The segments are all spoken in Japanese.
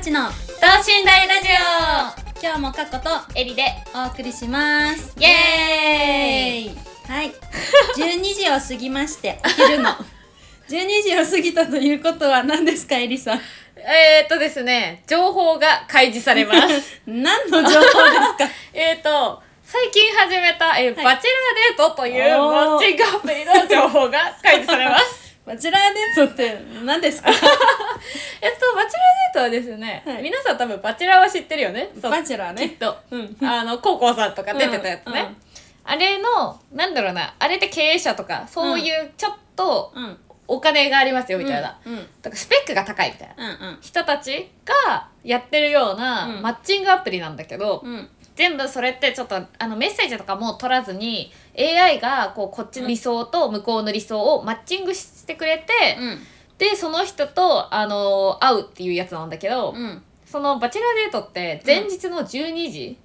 ちの等身大ラジ今日も過去とオエリでお送りしますイエーイイエーイはい12時を過ぎましてお昼 の12時を過ぎたということは何ですかエリさんえー、っとですね情報が開示されます何 の情報ですか えーっと最近始めた、えーはいバチェラーデートというおーマッチングアプリの情報が開示されます バチェラーデートって何です かえっとバチェラーデートはですね、はい皆さん多分バチェラーは知ってるよねそうバチェラーきっねと、うんあの高校さんとか出てたやつね、うんうんあれのなんだろうなあれって経営者とかそういうちょっとうんお金がありますよみたいな、うんうんとかスペックが高いみたいなうん人たちがやってるようなうんマッチングアプリなんだけど、うん全部それってちょっとあのメッセージとかも取らずに AI がこうこっちの理想と向こうの理想をマッチングしてくれて、うんでその人と、あの会うっていうやつなんだけど、うんそのバチェラーデートって前日の12時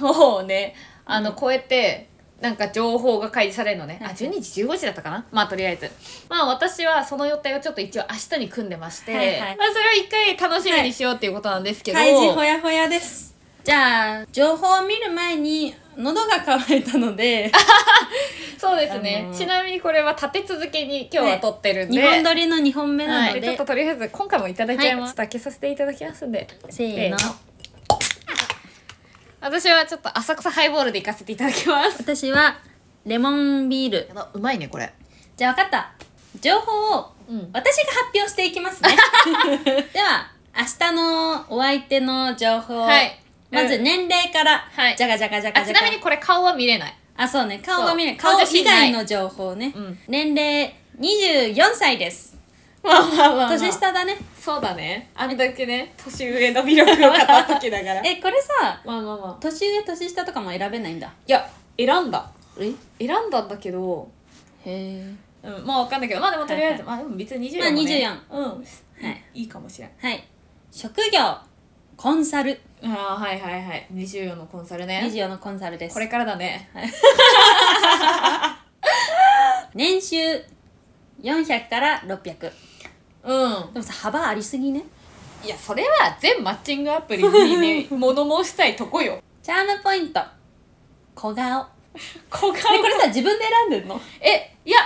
をね、あの超えてなんか情報が開示されるのね、はいあ12時15時だったかなまあとりあえずまあ私はその予定をちょっと一応明日に組んでまして、はいはいまあ、それを一回楽しみにしようっていうことなんですけど、開示ほやほやですじゃあ情報を見る前に喉が渇いたのでそうですね、あのーちなみにこれは立て続けに今日は撮ってるんで、 2本撮りの2本目なはのい、で、ちょっととりあえず今回もいただいちゃいまはいす、ちょっと開けさせていただきますんでせーのせーの私はちょっと浅草ハイボールで行かせていただきます私はレモンビールうまいねこれじゃあ分かった情報をうん私が発表していきます ねでは明日のお相手の情報、はいまず年齢から、はいじゃがじゃがじゃあがじちゃがなみにこれ顔は見れないあそうね顔が見るそう顔顔写以真ない外の情報ね、うん年齢24歳ですまあまあま年下だねそうだねあんだけね年上の魅力 を語った時だから えこれさまあまあまあ年上年下とかも選べないんだいや選んだえへ選んだんだけどえうんまあわかんないけどまあでもとりあえず、はまあでも別に24まあも24うん、はいいいかもしれんはい職業コンサルああはいはいはい24のコンサルね24のコンサルですこれからだね年収400から600うんでもさ幅ありすぎねいやそれは全マッチングアプリに ね物申したいとこよチャームポイント小顔 でこここれさ自分で選んでんのえいや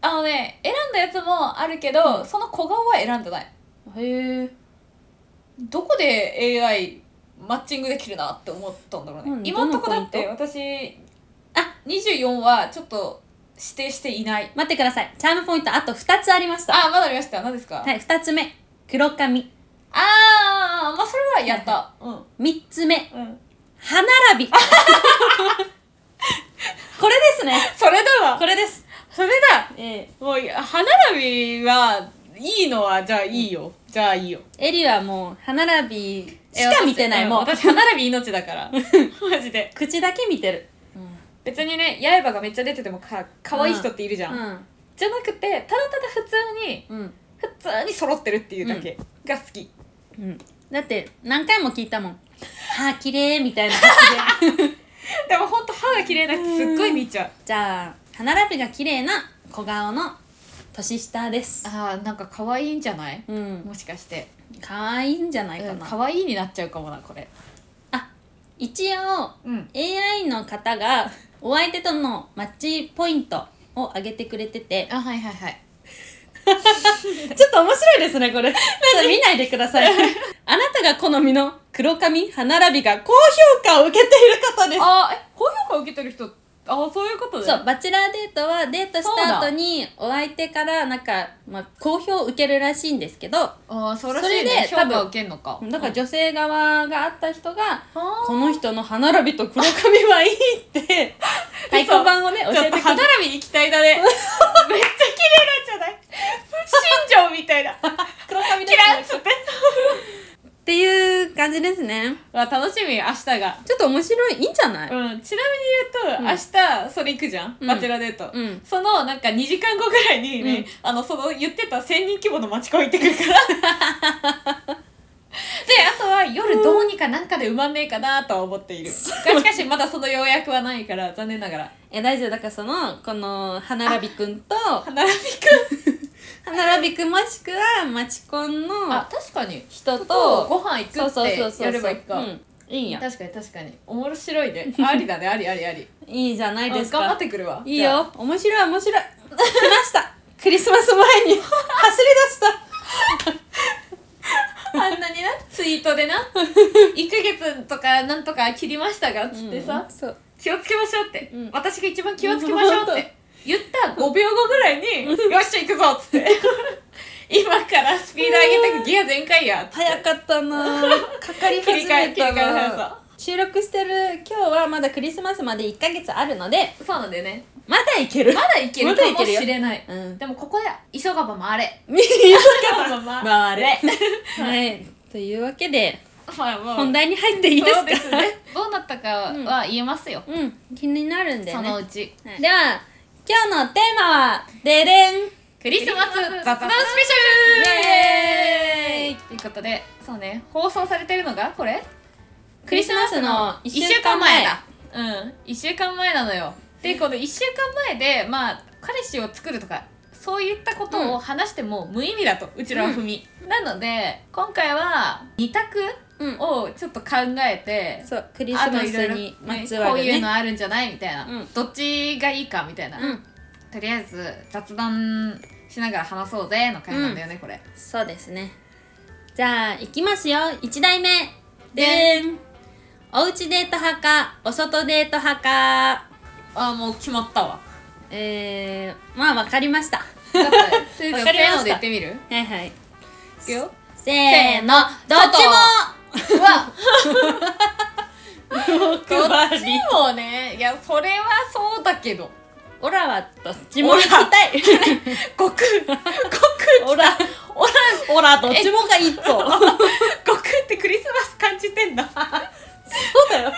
あのね選んだやつもあるけど、その小顔は選んでないへえどこで AI マッチングできるなって思ったんだろうね、うん今んとこどだのって私あ24はちょっと指定していない待ってくださいチャームポイントあと2つありましたあまだありました何ですか、はい2つ目黒髪あーまあそれはやった、 3つ目うん、うん、歯並 びこれですねそれだわこれですそれだええもう歯並びはいいのはじゃあいいよ、じゃあいいよエリはもう歯並びしか見てないえもう私うん私歯並び命だから マジで口だけ見てる別にね刃がめっちゃ出ててもか可愛い人っているじゃん、んじゃなくてただただ普通にうん普通に揃ってるっていうだけが好き、うんだって何回も聞いたもん歯綺麗みた いな発言でもほんと歯が綺麗な人すっごい見ちゃうじゃあ歯並びが綺麗な小顔の年下ですあーなんか可愛いんじゃないうんもしかして可愛いんじゃないかうんな、可愛いになっちゃうかもなこれあ一応うん AI の方がお相手とのマッチポイントを上げてくれててあはいはいはいちょっと面白いですねこれちょっと見ないでくださ いあなたが好みの黒髪歯並びが高評価を受けている方ですあーえ高評価受けてる人あーそういうことねそうバチェラーデートはデートした後にお相手からなんか、まあ、好評を受けるらしいんですけどあーそうらしいそれねで評多分価受けんのかだからじゃ女性側があった人があ「ーこの人の歯並びと黒髪はいい」って太鼓判をね教ちょっえとて歯くれ並びに行きたいだね めっちゃ綺麗なんじゃない新庄みたいな 黒髪でキラッすつね ってっていう感じですねあ楽しみ明日がちょっと面白いいいんじゃない、うんちなみに言うと、うん明日それ行くじゃん、うんバチェラデート、うんそのなんか2時間後ぐらいにね、あのその言ってた1000人規模の町コン行ってくる からであとは夜どうにかなんかで埋まんねえかなとは思っている、がしかしまだその要約はない から残念ながらえ大丈夫だからそのこの歯並びくんと歯並びくん歯並びくもしくはマチコンのあ確かに人ととご飯行そうそうくそうそってうやればいいか、うんいいんや確かに確かに面白い ねありだねありありありいいじゃないですか頑張ってくるわいいじゃあよ面白い面白い来ましたクリスマス前に走り出したあんなになツイートでな1ヶ月とかなんとか切りましたがっつってさ、うんそう気をつけましょうって、うん私が一番気をつけましょうっ本て言った5秒後 ぐらいに「よっしゃ行くぞ」っつって今からスピード上げてくギア全開やっつって早かった なぁかかり切り始替えめ切り替たえ早なぁさ収録してる今日はまだクリスマスまで1ヶ月あるのでそうなんだよねまだいけるまだいけるまだいかけもるよしれない、 うんでもここで急がば 回れ見急が 回ばれ はいというわけではいもう本題に入っていいですかそうですねどうなったかは言えますよ、うん気になるんだよそねのうちはいでは今日のテーマはででんクリスマス雑談スペシャルイエーイということでそうね放送されてるのがこれクリスマスの1 1週間前だうん1週間前なのよでこの1週間前でまあ彼氏を作るとかそういったことを話しても無意味だとうちらは踏み、なので今回は2択うんをちょっと考えてそうクリスマスにあまといろいろねつわこうるいうのねあるんじゃないみたいな、うんどっちがいいかみたいな、うんとりあえず雑談しながら話そうぜの回なんだよね、これそうですねじゃあ行きますよ1題目でんおうちデート派かお外デート派かあもう決まったわえー、まあわかりましただってとりあえずわかりましたせーので言ってみるはいはいいくよせーのどっちもうわど どっちもねいやそれはそうだけどオラはどっちも行きたい悟空悟 オラ空オラオラどっちもがいいぞそう悟空ってクリスマス感じてんだ クだよリ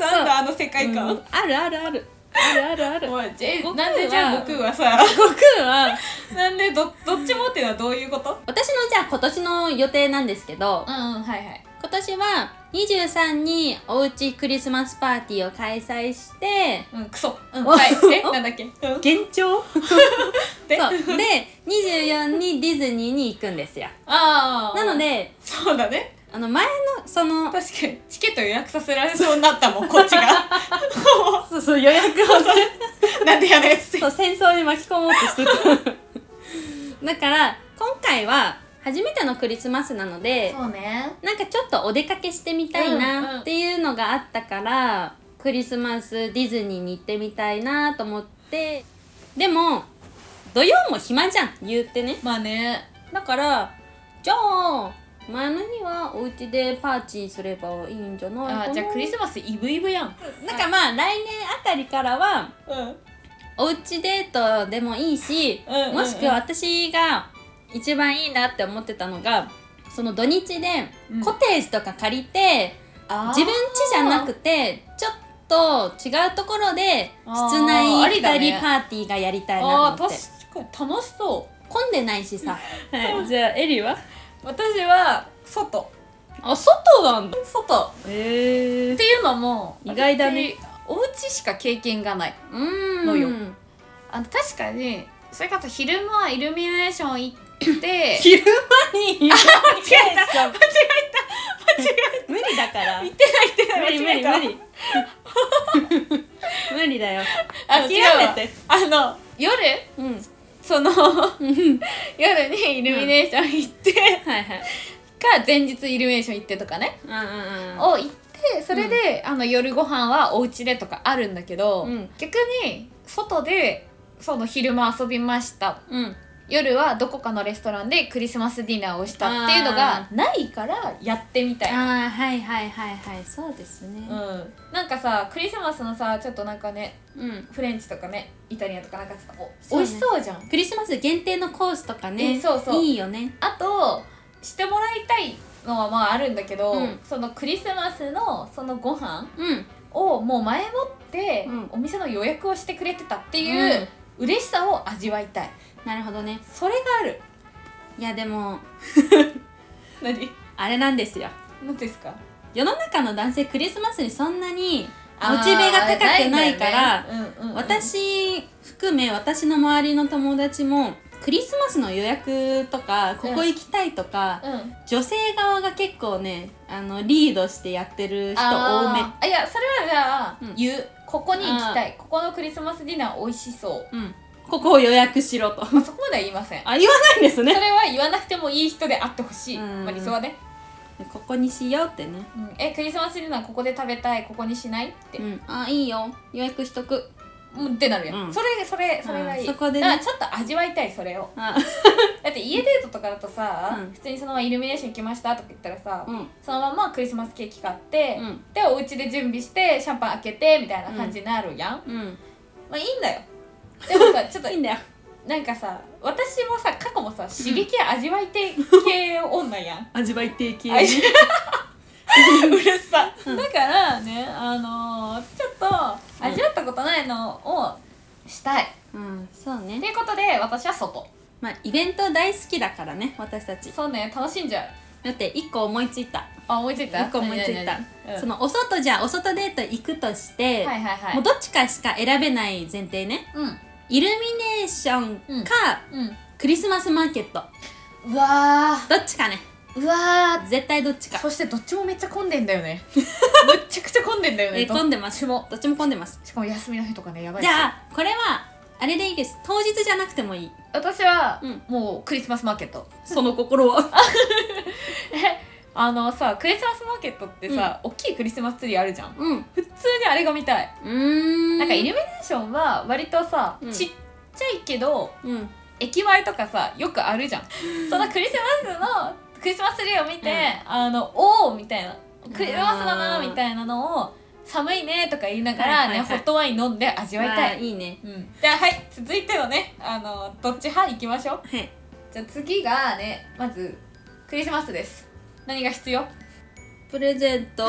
スマスなんだあの 世う界ん観、あるあるあるあるあるあるおいじ悟空はなんでじゃあ悟空は さ悟空はなんでどどっちもっていうのはどういうこと私のじゃあ今年の予定なんですけどうんうんはいはい今年は23におうちクリスマスパーティーを開催してうんクソうんおはいえおなんだっけうん幻聴でそうで24にディズニーに行くんですよ ああなのでそうだねあの前のその確かにチケット予約させられそうになったもんこっちがそうそう予約をなんでやねんっつって そう戦争に巻き込もうとして ただから今回は初めてのクリスマスなのでうねなんかちょっとお出かけしてみたいうんうんなっていうのがあったから、クリスマスディズニーに行ってみたいなと思ってでも土曜も暇じゃん言うてねまあねだからじゃあ前の日はお家でパーティーすればいいんじゃないかなあーじゃあクリスマスイブイブやんなんかまあ来年あたりからはうんおうちデートでもいいし、うんうんうんもしくは私が一番いいなって思ってたのがその土日でうんコテージとか借りて、自分家じゃなくてちょっと違うところであー室内ありだ2ね人パーティーがやりたいあなーと思って確かに楽しそう混んでないしさ、 はい、じゃあエリは私は外あ外なんだ外へえっていうのも意外だね私お家しか経験がないうーんのよあの確かにそれこそ昼間はイルミネーション行っ て昼間 に間違えた間違えた間違えた無理だから無間理無違え理た無理無理だ よあ諦違うわめてあの夜うんそのうん 夜にイルミネーション行って、 はいはいか前日イルミネーション行ってとかね、うんうんを行ってそれで、あの夜ご飯はお家でとかあるんだけど、うん逆に外でその昼間遊びましたうんうん夜はどこかのレストランでクリスマスディナーをしたっていうのがないからやってみたい。ああはいはいはいはいそうですねうん、なんかさクリスマスのさちょっとなんかねうんフレンチとかねイタリアンとかなんかちょっとそおう美ね味しそうじゃん、クリスマス限定のコースとかねえそうそういいよねあとしてもらいたいのはまああるんだけど、うんそのクリスマスのそのご飯うんをもう前もってうんお店の予約をしてくれてたってういんう嬉しさを味わいたいなるほどねそれがあるいやでも何あれなんですよ何ですか世の中の男性クリスマスにそんなにモチベが高くないから、あーないんだよねうんうんうん私含め私の周りの友達もクリスマスの予約とかここ行きたいとか、うん女性側が結構ねあのリードしてやってる人多めあーあいやそれはじゃあ、うん言うここに行きたいここのクリスマスディナー美味しそううんここを予約しろと まあそこまでは言いませんあ言わないんですそねれは言わなくてもいい人であってほしい、うんまあ、理想はね、ここにしようってねうんえクリスマスディナーここで食べたいここにしないって、うんあいいよ予約しとくうんってなるやん、うんそれそれそれがいい、うんそこでねだからちょっと味わいたいそれをあだって家デートとかだとさ、うん普通にそのままイルミネーション行きましたとか言ったらさ、うんそのままクリスマスケーキ買って、うんでお家で準備してシャンパン開けてみたいな感じになるやん、うんまあいい んだよでもさちょっといいんだよなんかさ私もさ過去もさ刺激味わいて系女やん味わ い定期あいや うるさ、うんだからねあのーちょっと味わったことないのをしたい、うんそうとねいうことで私は外まあイベント大好きだからね私たちそうね楽しんじゃうだって一個思いついたあ思いついた一個思いついた何々うんそのお外じゃあお外デート行くとして、はいはいはいもうどっちかしか選べない前提ねうんイルミネーションか、うクリスマスマーケットんうわどっちかねーうわ絶対どっちーかそしてどっちもめっちゃ混んでんだよ ねむっちゃくちゃ混んでんだよえねー混んでますどっちもどっちも混んでますしかも休みの日とかねやばいじゃあこれはあれでいいです当日じゃなくてもいい私は、うんもうクリスマスマーケットその心はあのさクリスマスマーケットってさ、大きいクリスマスツリーあるじゃんうんう普通にあれが見たい、ーんなんかイルミネーションは割とさ、うんちっちゃいけどうん駅前とかさよくあるじゃんそのクリスマスのクリスマスツリーを見て、あのおおみたいなクリスマスだなあーみたいなのを寒いねとか言いながはらいはいね、はいホットワイン飲んで味わいたあーいい、いねうん、じゃあはい続いてのねあのどっち派行きましょうはいじゃあ次がねまずクリスマスです何が必要プレゼン ト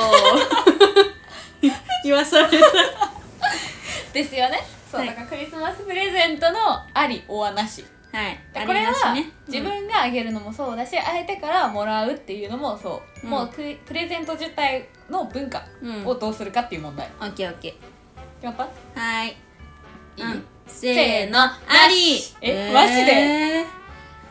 言わされたですよねそう、はいだからクリスマスプレゼントのありおはなしはいであこれなしはね自分があげるのもそうだし、相手からもらうっていうのもそう、うんもうププレゼント自体の文化うん、うん、をオッどうするかっていう問題、ケーオッケー決まったはいいい、うん、せーのありえマジで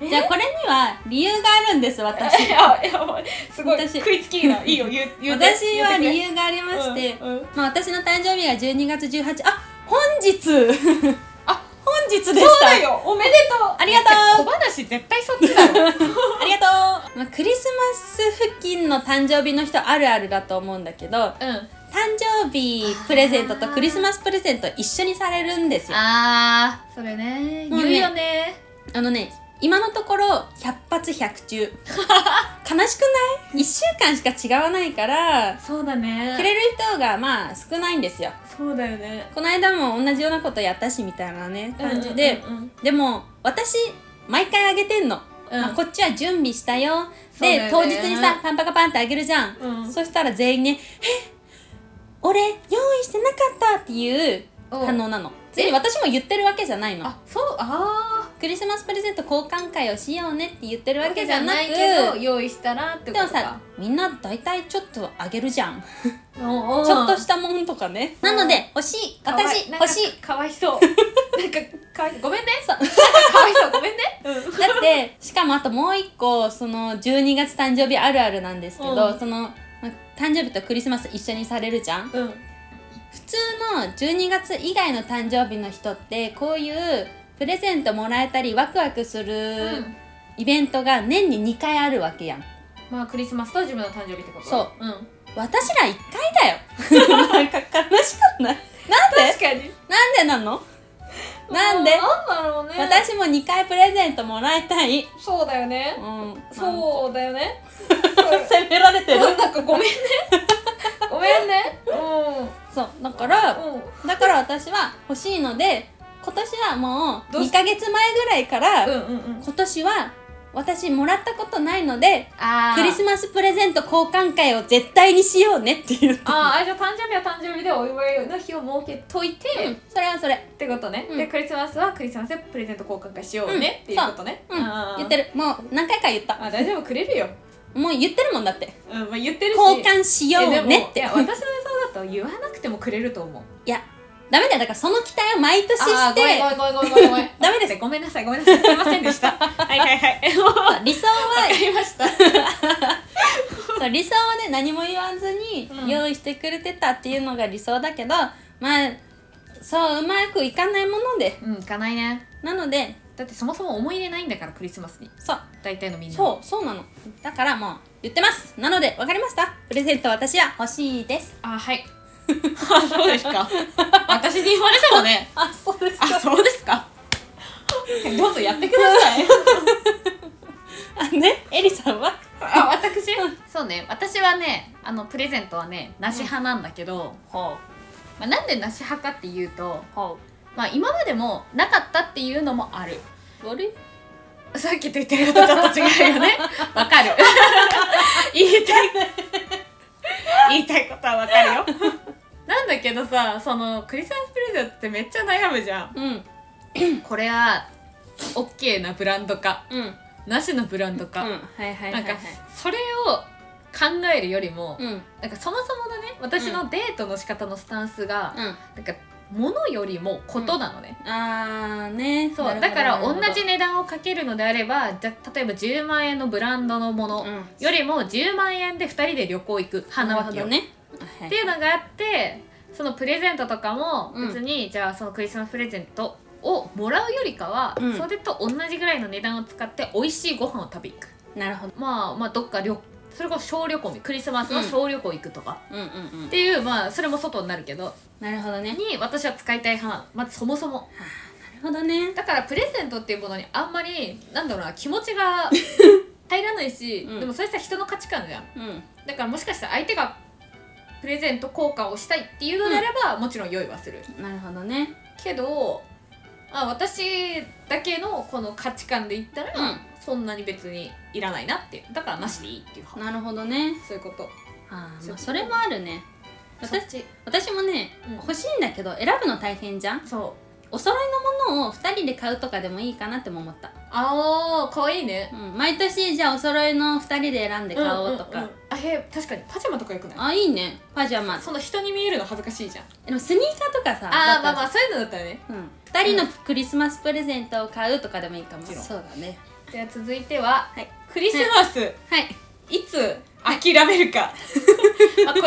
でじゃあこれには理由があるんです私いやいやもうすごい私食いつきないいよ 言う 言うて私は理由由がありまして、うんうんまあ、私の誕生日が12月18あ本 日あ本日でしたそうだよおめでとうありがとう小話絶対そっちだ ろありがとう、まあ、クリスマス付近の誕生日の人あるあるだと思うんだけどうん誕生日プレゼントとクリスマスプレゼント一緒にされるんですよああーそれねもうね言うよねのね今のところ100発100中 悲しくない ?1 週間しか違わないからそうだくねれる人がまあ少ないんですよそうだよねこの間も同じようなことやったしみたいなね感じで、うんうんでも私毎回あげてんの、うんまあこっちは準備したよそうだよでね当日にさパンパカパンってあげるじゃん、うんそしたら全員ね「え俺用意してなかった」っていううん反応なの全員私も言ってるわけじゃないのあそうあクリスマスプレゼント交換会をしようねって言ってるあわけじゃなく用意したらってでもさみんな大体ちょっとあげるじゃんでもちょっとしたもんとかねうなんので欲しい私欲しいかわいそう なんかかわいそうごめんねさ なんかかわいそうごめんねだってしかもあともう一個その12月誕生日あるあるなんですけど、うんそのま誕生日とクリスマス一緒にされるじゃん普うん通の12月以外の誕生日の人ってこういうプレゼントもらえたりワクワクすうるんイベントが年に2回あるわけやんまあクリスマスと自分の誕生日ってこと、そうん、私ら1回 だよなんか悲しくないなんで確かになんでなのなんでなんだろうね私も2回プレゼントもらいたい、そうだようねん、そうだよね責められてるなんかごめんねごめんねうそうだからんうんだから私は欲しいので今年はもどうう2しヶ月前ぐらいから、うんうんうん今年は私もらったことないのであークリスマスプレゼント交換会を絶対にしようねって言ってあーあじゃあ誕生日は誕生日でお祝いの日を設けといて、うんそれはそれってことね、うんでクリスマスはクリスマスでプレゼント交換会しよううんね、っていうことね、うんあー言ってるもう何回か言ったあ大丈夫くれるよ、もう言ってるもんだってうんまあ、言ってるし交換しようえでもねっていや私の予想だと言わなくてもくれると思ういやダメだよだからその期待を毎年あしーごめんてごめんごめんごめんごめんごめん ダメですごめんなさいごめんなさいすいません でしたはいはい はい わ理想はかりましたそう理想はね何も言わずにうん用意してくれてたっていうのが理想だけど、まあそううまくいかないものでうん行かないねなのでだってそもそも思い入れないんだからクリスマスにそう大体のみんなそうそうなのだからもう言ってますなので分かりましたプレゼント私は欲しいですあはいあそうですか 私に言われてもねあ そうですあそうですか どうぞやってくださいあねエリさんはあ私そうね私はねあのプレゼントはね梨派なんだけど、ほまあ、なんで梨派かっていうとうほまあ今までもなかったっていうのもあるう悪いさっきと言ってることちょっと違うよ ねわかる言いたい言いたいことはわかるよ なんだけどさそのクリスマスプレゼントってめっちゃ悩むじゃんうんこれは OK なブランドかうんうんなしのブランドか、はいはいはないんはいかそれを考えるよりも、うんうんなんかそもそものね私のデートの仕方のスタンスが、なんか物よりもことなのね、あーねそなうるほどだから同なるほじ値段をかけるのであればじゃ例えば10万円のブランドのもどのうんよりも10万円で2人で旅行行く派なわけよ、るほどねはっていうのがあってそのプレゼントとかもうん別に、じゃあそのクリスマスプレゼントをもらうよりかは、うんそれと同じぐらいの値段を使って美味しいご飯を食べに行くなるほどまあまあどっか旅それこそ小旅行クリスマスの小旅行行くとか、うんうんうんっていうまあそれも外になるけどなるほどねに私は使いたい派まずそもそもなるほどねだからプレゼントっていうものにあんまりなんだろうな気持ち が入らないし、うんでもそれさ人の価値観じゃんうんだからもしかしたら相手がプレゼント交換をしたいっていうのであれば、もちろん用意はするなるほどねけど、まあ、私だけのこの価値観で言ったら、うんそんなに別にいらないなっていうだからなしでいいっていう、なるほどねそういうことあー、そまうあ、それもあるね私私私もね、うん欲しいんだけど選ぶの大変じゃんそうお揃いのものを2人で買うとかでもいいかなっても思った、ああ可愛いねうん、毎年じゃあお揃いの2人で選んで買おうとか、んんんあへ確かにパジャマとかよくないあいいねパジャマその人に見えるの恥ずかしいじゃんでもスニーカーとかさああまあまああそういうのだったらねうん、2人のクリスマスプレゼントを買うとかでもいいかももちろんそうだねでは続いては、はいクリスマス、はいい、つ諦めるか、ま あこち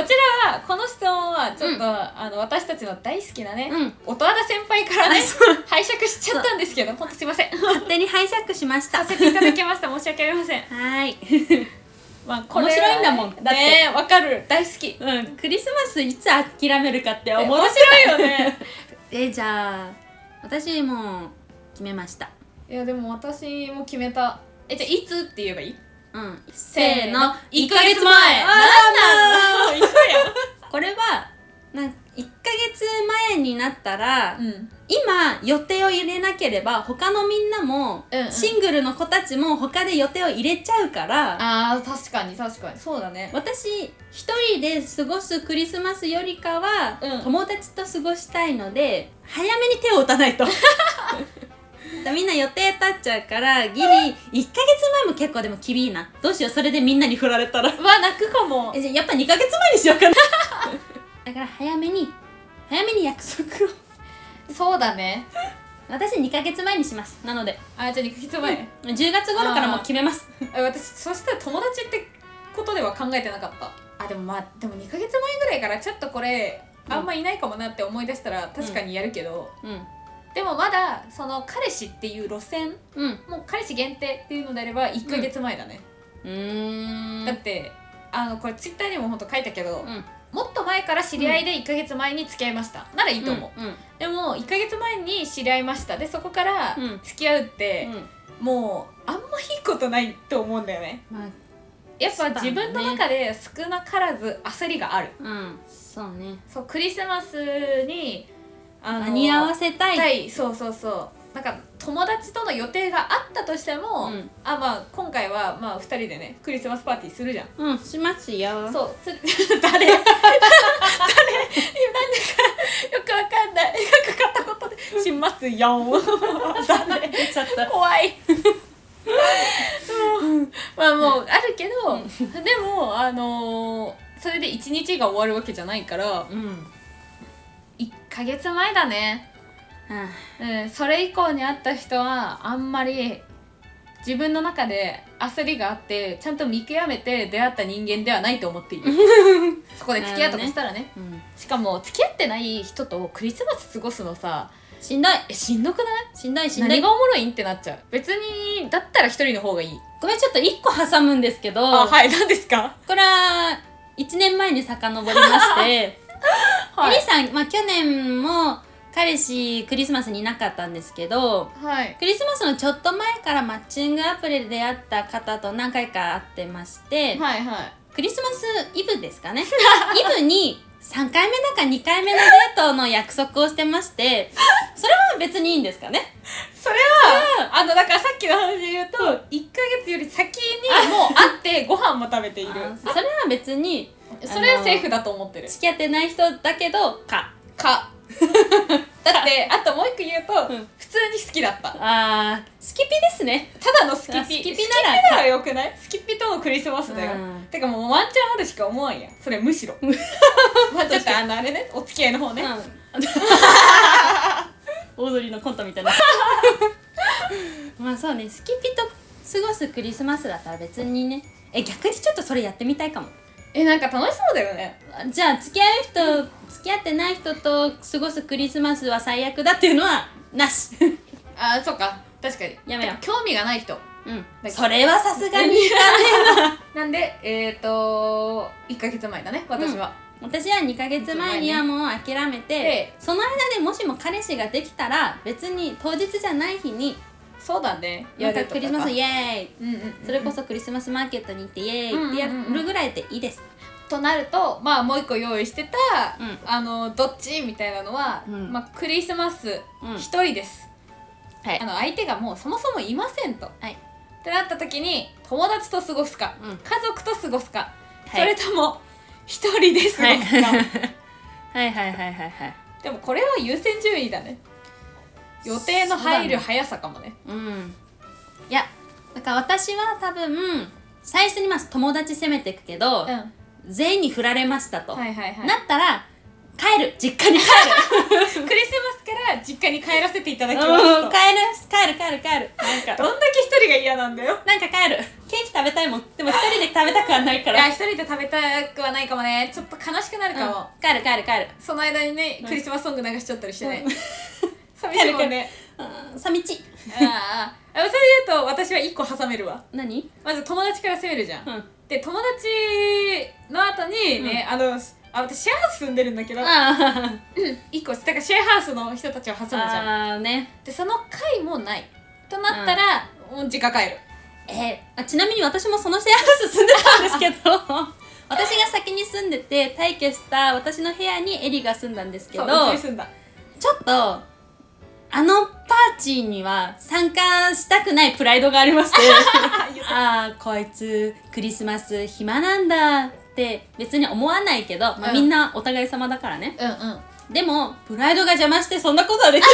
らはこの質問はちょっと、うんあの私たちの大好きなね、うん音羽田先輩からねあそ拝借しちゃったんですけど本当すいません勝手に拝借しましたさはせていただきました申し訳ありません、ーいまあ、面白いんだもんだってねえわかる大好きうんクリスマスいつ諦めるかって思う面白いよねえじゃあ私もう決めましたいやでも私も決めたえじゃあいつって言えばいいうんせーの1 1ヶヶ月月前前なんなん一緒これはなんか1ヶ月前になったら、やんうん今予定を入れなければ他のみんなも、うんうんシングルの子たちも他で予定を入れちゃうからあー確かに確かにそうだね私一人で過ごすクリスマスよりかは、うん友達と過ごしたいので早めに手を打たない と。みんな予定立っちゃうからギリ1ヶ月前も結構でもきびいなどうしようそれでみんなに振られたらうわ泣くかもえじゃあやっぱ2ヶ月前にしようかな だから早めに早めに約束をそうだね私2ヶ月前にしますなのであじゃあ2ヶ月前10月頃からもう決めますえ私そしたら友達ってことでは考えてなかったあでもまあでも2ヶ月前ぐらいからちょっとこれうんあんまいないかもなって思い出したら確かにやるけど、うんでもまだその彼氏っていう路線うんもう彼氏限定っていうのであれば1ヶ月前だね、うーんだってあのこれツイッターにも本当書いたけど、うんもっと前から知り合いで1ヶ月前に付き合いましたならいいと思う、うんうんでも1ヶ月前に知り合いましたでそこからうん付き合うって、もうあんまいいことないと思うんだよねまあやっそぱうだね自分の中で少なからず焦りがあるうんそうねそうクリスマスにあ間に合わせたい、たいそうそうそうなんか友達との予定があったとしても、うんあまあ今回はまあ2人でねクリスマスパーティーするじゃんうんしますよそうす 誰誰今なんだかよくわかんない描く片言 で「しますよ ん」誰出ちゃった怖い うんまあもうあるけど、でもあのーそれで一日が終わるわけじゃないからうん1ヶ月前だね、あうん、それ以降に会った人はあんまり自分の中で焦りがあってちゃんと見極めて出会った人間ではないと思って いるそこで付き合ったとしたらねうん、しかも付き合ってない人とクリスマス過ごすのさしんどいえしんどくないしんどいしんど何いがおもろいんってなっちゃう別にだったら一人の方がいいごめんちょっと1個挟むんですけどあはい何ですかこれは1年前に遡りま して、エリさん、まあ、去年も彼氏クリスマスにいなかったんですけどはいクリスマスのちょっと前からマッチングアプリで出会った方と何回か会ってまして、はいはいクリスマスイブです かねイブに3回目だか2回目のデートの約束をしてましてそれは別にいいんですかねそれはあのだからさっきの話で言うと1ヶ月より先にもう会ってご飯も食べているあそれは別にそれはセーフだと思ってる付き合ってない人だけどかか だってあともう一個言うと、うん普通に好きだったあースキピですねただのスキあピスキピならスキピならよくないスキピとのクリスマスだよ、うんてかもうワンチャンあるしか思わんやんそれ むしろまあ ちょっとあのあれねお付き合いの方ね、 うん、オードリーのコントみたいな まあそうねスキピと過ごすクリスマスだったら別にねえ逆にちょっとそれやってみたいかもえなんか楽しそうだよねあじゃあ付き合う人付き合ってない人と過ごすクリスマスは最悪だっていうのはなしあーそうか確かにやめようてか興味がない人うんそれはさすがにダメだなんでえっ、ー、と1ヶ月前だね私は、私は2ヶ月前にはもう諦めて、ええその間でもしも彼氏ができたら別に当日じゃない日にそうだねなんか夜とクかリスマスイエーイうんうんうんうんそれこそクリスマスマーケットに行ってイエーイってやるぐらいでいいです。となるとまあもう一個用意してた、うんあのどっちみたいなのは、うんまあ、クリスマスうん一人です、はいあの相手がもうそもそもいませんと、はいってなった時に友達と過ごすか、うん家族と過ごすか、はいそれとも一人で過ごすか、 はいはいはいはいはい。でもこれは優先順位だね予定の入るそ速さかもねうん。いや、だから私は多分、最初にまず友達攻めていくけど、全員に振られましたと。はいはいはいなったら、帰る実家に帰るクリスマスから実家に帰らせていた だうきんます帰る帰と、る帰る帰る。なんか、どんだけ一人が嫌なんだよなんか帰る。ケーキ食べたいもん。でも一人で食べたくはないかいやら。一人で食べたくはないかもねちょっと悲しくなるうんかも、帰る帰る帰る。その間にね、んクリスマスソング流しちゃったりしてね、うん寂しいも んねうん、寂しい。あああそれで言うと私は1個挟めるわ何まず友達から攻めるじゃん、うん。で友達の後にね、あのあ私シェアハウス住んでるんだけど、あー一個だからシェアハウスの人たちを挟むじゃんあーね。でその会もないとなったら、もう実家帰るえーあちなみに私もそのシェアハウス住んでたんです けど私が先に住んでて退去した私の部屋にエリが住んだんですけそどちううちに住んだょっとあのパーティーには参加したくないプライドがありましてあ 言っああこいつクリスマス暇なんだって別に思わないけど、まあうんみんなお互い様だからねたうんうんでもプライドが邪魔してそんなことは できない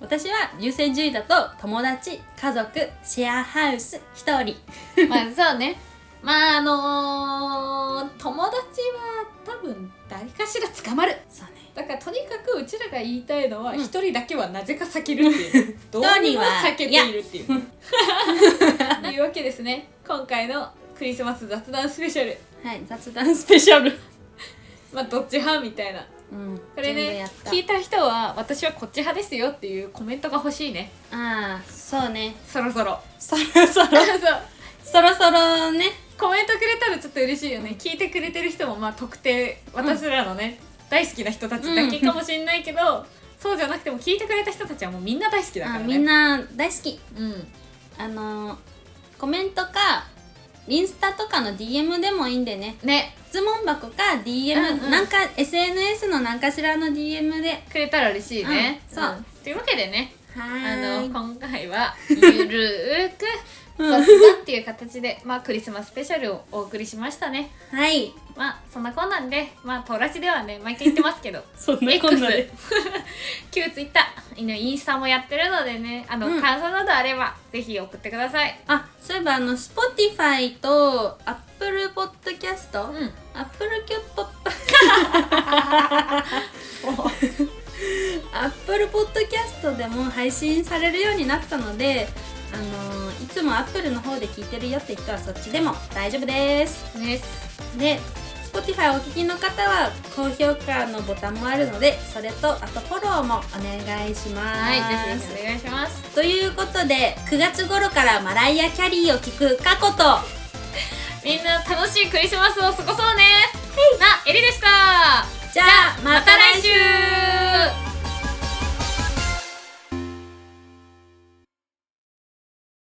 私は優先順位だと友達家族シェアハウス1人 まあそうねまああのー友達は多分誰かしら捕まるそうねだからとにかくうちらが言いたいのはうん一、人だけはなぜか避けるっていう どうにも避けているっていう というわけですね今回のクリスマス雑談スペシャルはい、雑談スペシャル。まあどっち派みたいなうん、これね聞きいた人は私はこっち派ですよっていうコメントが欲しいねああ、そうね。そろそ ろそろそそう ろ、そろそろね。コメントくれたらちょっと嬉しいよね聞いてくれてる人もまあ特定私らのね、大好きな人たちだけかもしれないけど、そうじゃなくても聞いてくれた人たちはもうみんな大好きだからあねみんな大好き。うんあのー、コメントか、インスタとかの DM でもいいんでね。ね質問箱か DM、うんうんなんか SNS の何かしらの DM で。くれたら嬉しいね、うんそうんというわけでねはあーのい。今回 はゆるーく雑談っていう形で、まあ、クリスマススペシャルをお送りしましたねはい。まあそんなこんなんでまあとらしではね毎回言ってますけどそん X 旧 Twitter のインスタもやってるのでねあの、うん感想などあればぜひ送ってくださいあ、そういえばあの、Spotify と Apple Podcast、うん Apple キュッポッ Apple Podcast でも配信されるようになったので、あのーいつも Apple の方で聞いてるよって人はそっちでも大丈夫です。ですで Spotify お聞きの方は高評価のボタンもあるのでそれとあとフォローもお願いします。はいぜひぜひお願いしますということで9月頃からマライア・キャリーを聞く過去とみんな楽しいクリスマスを過ごそうねなエリ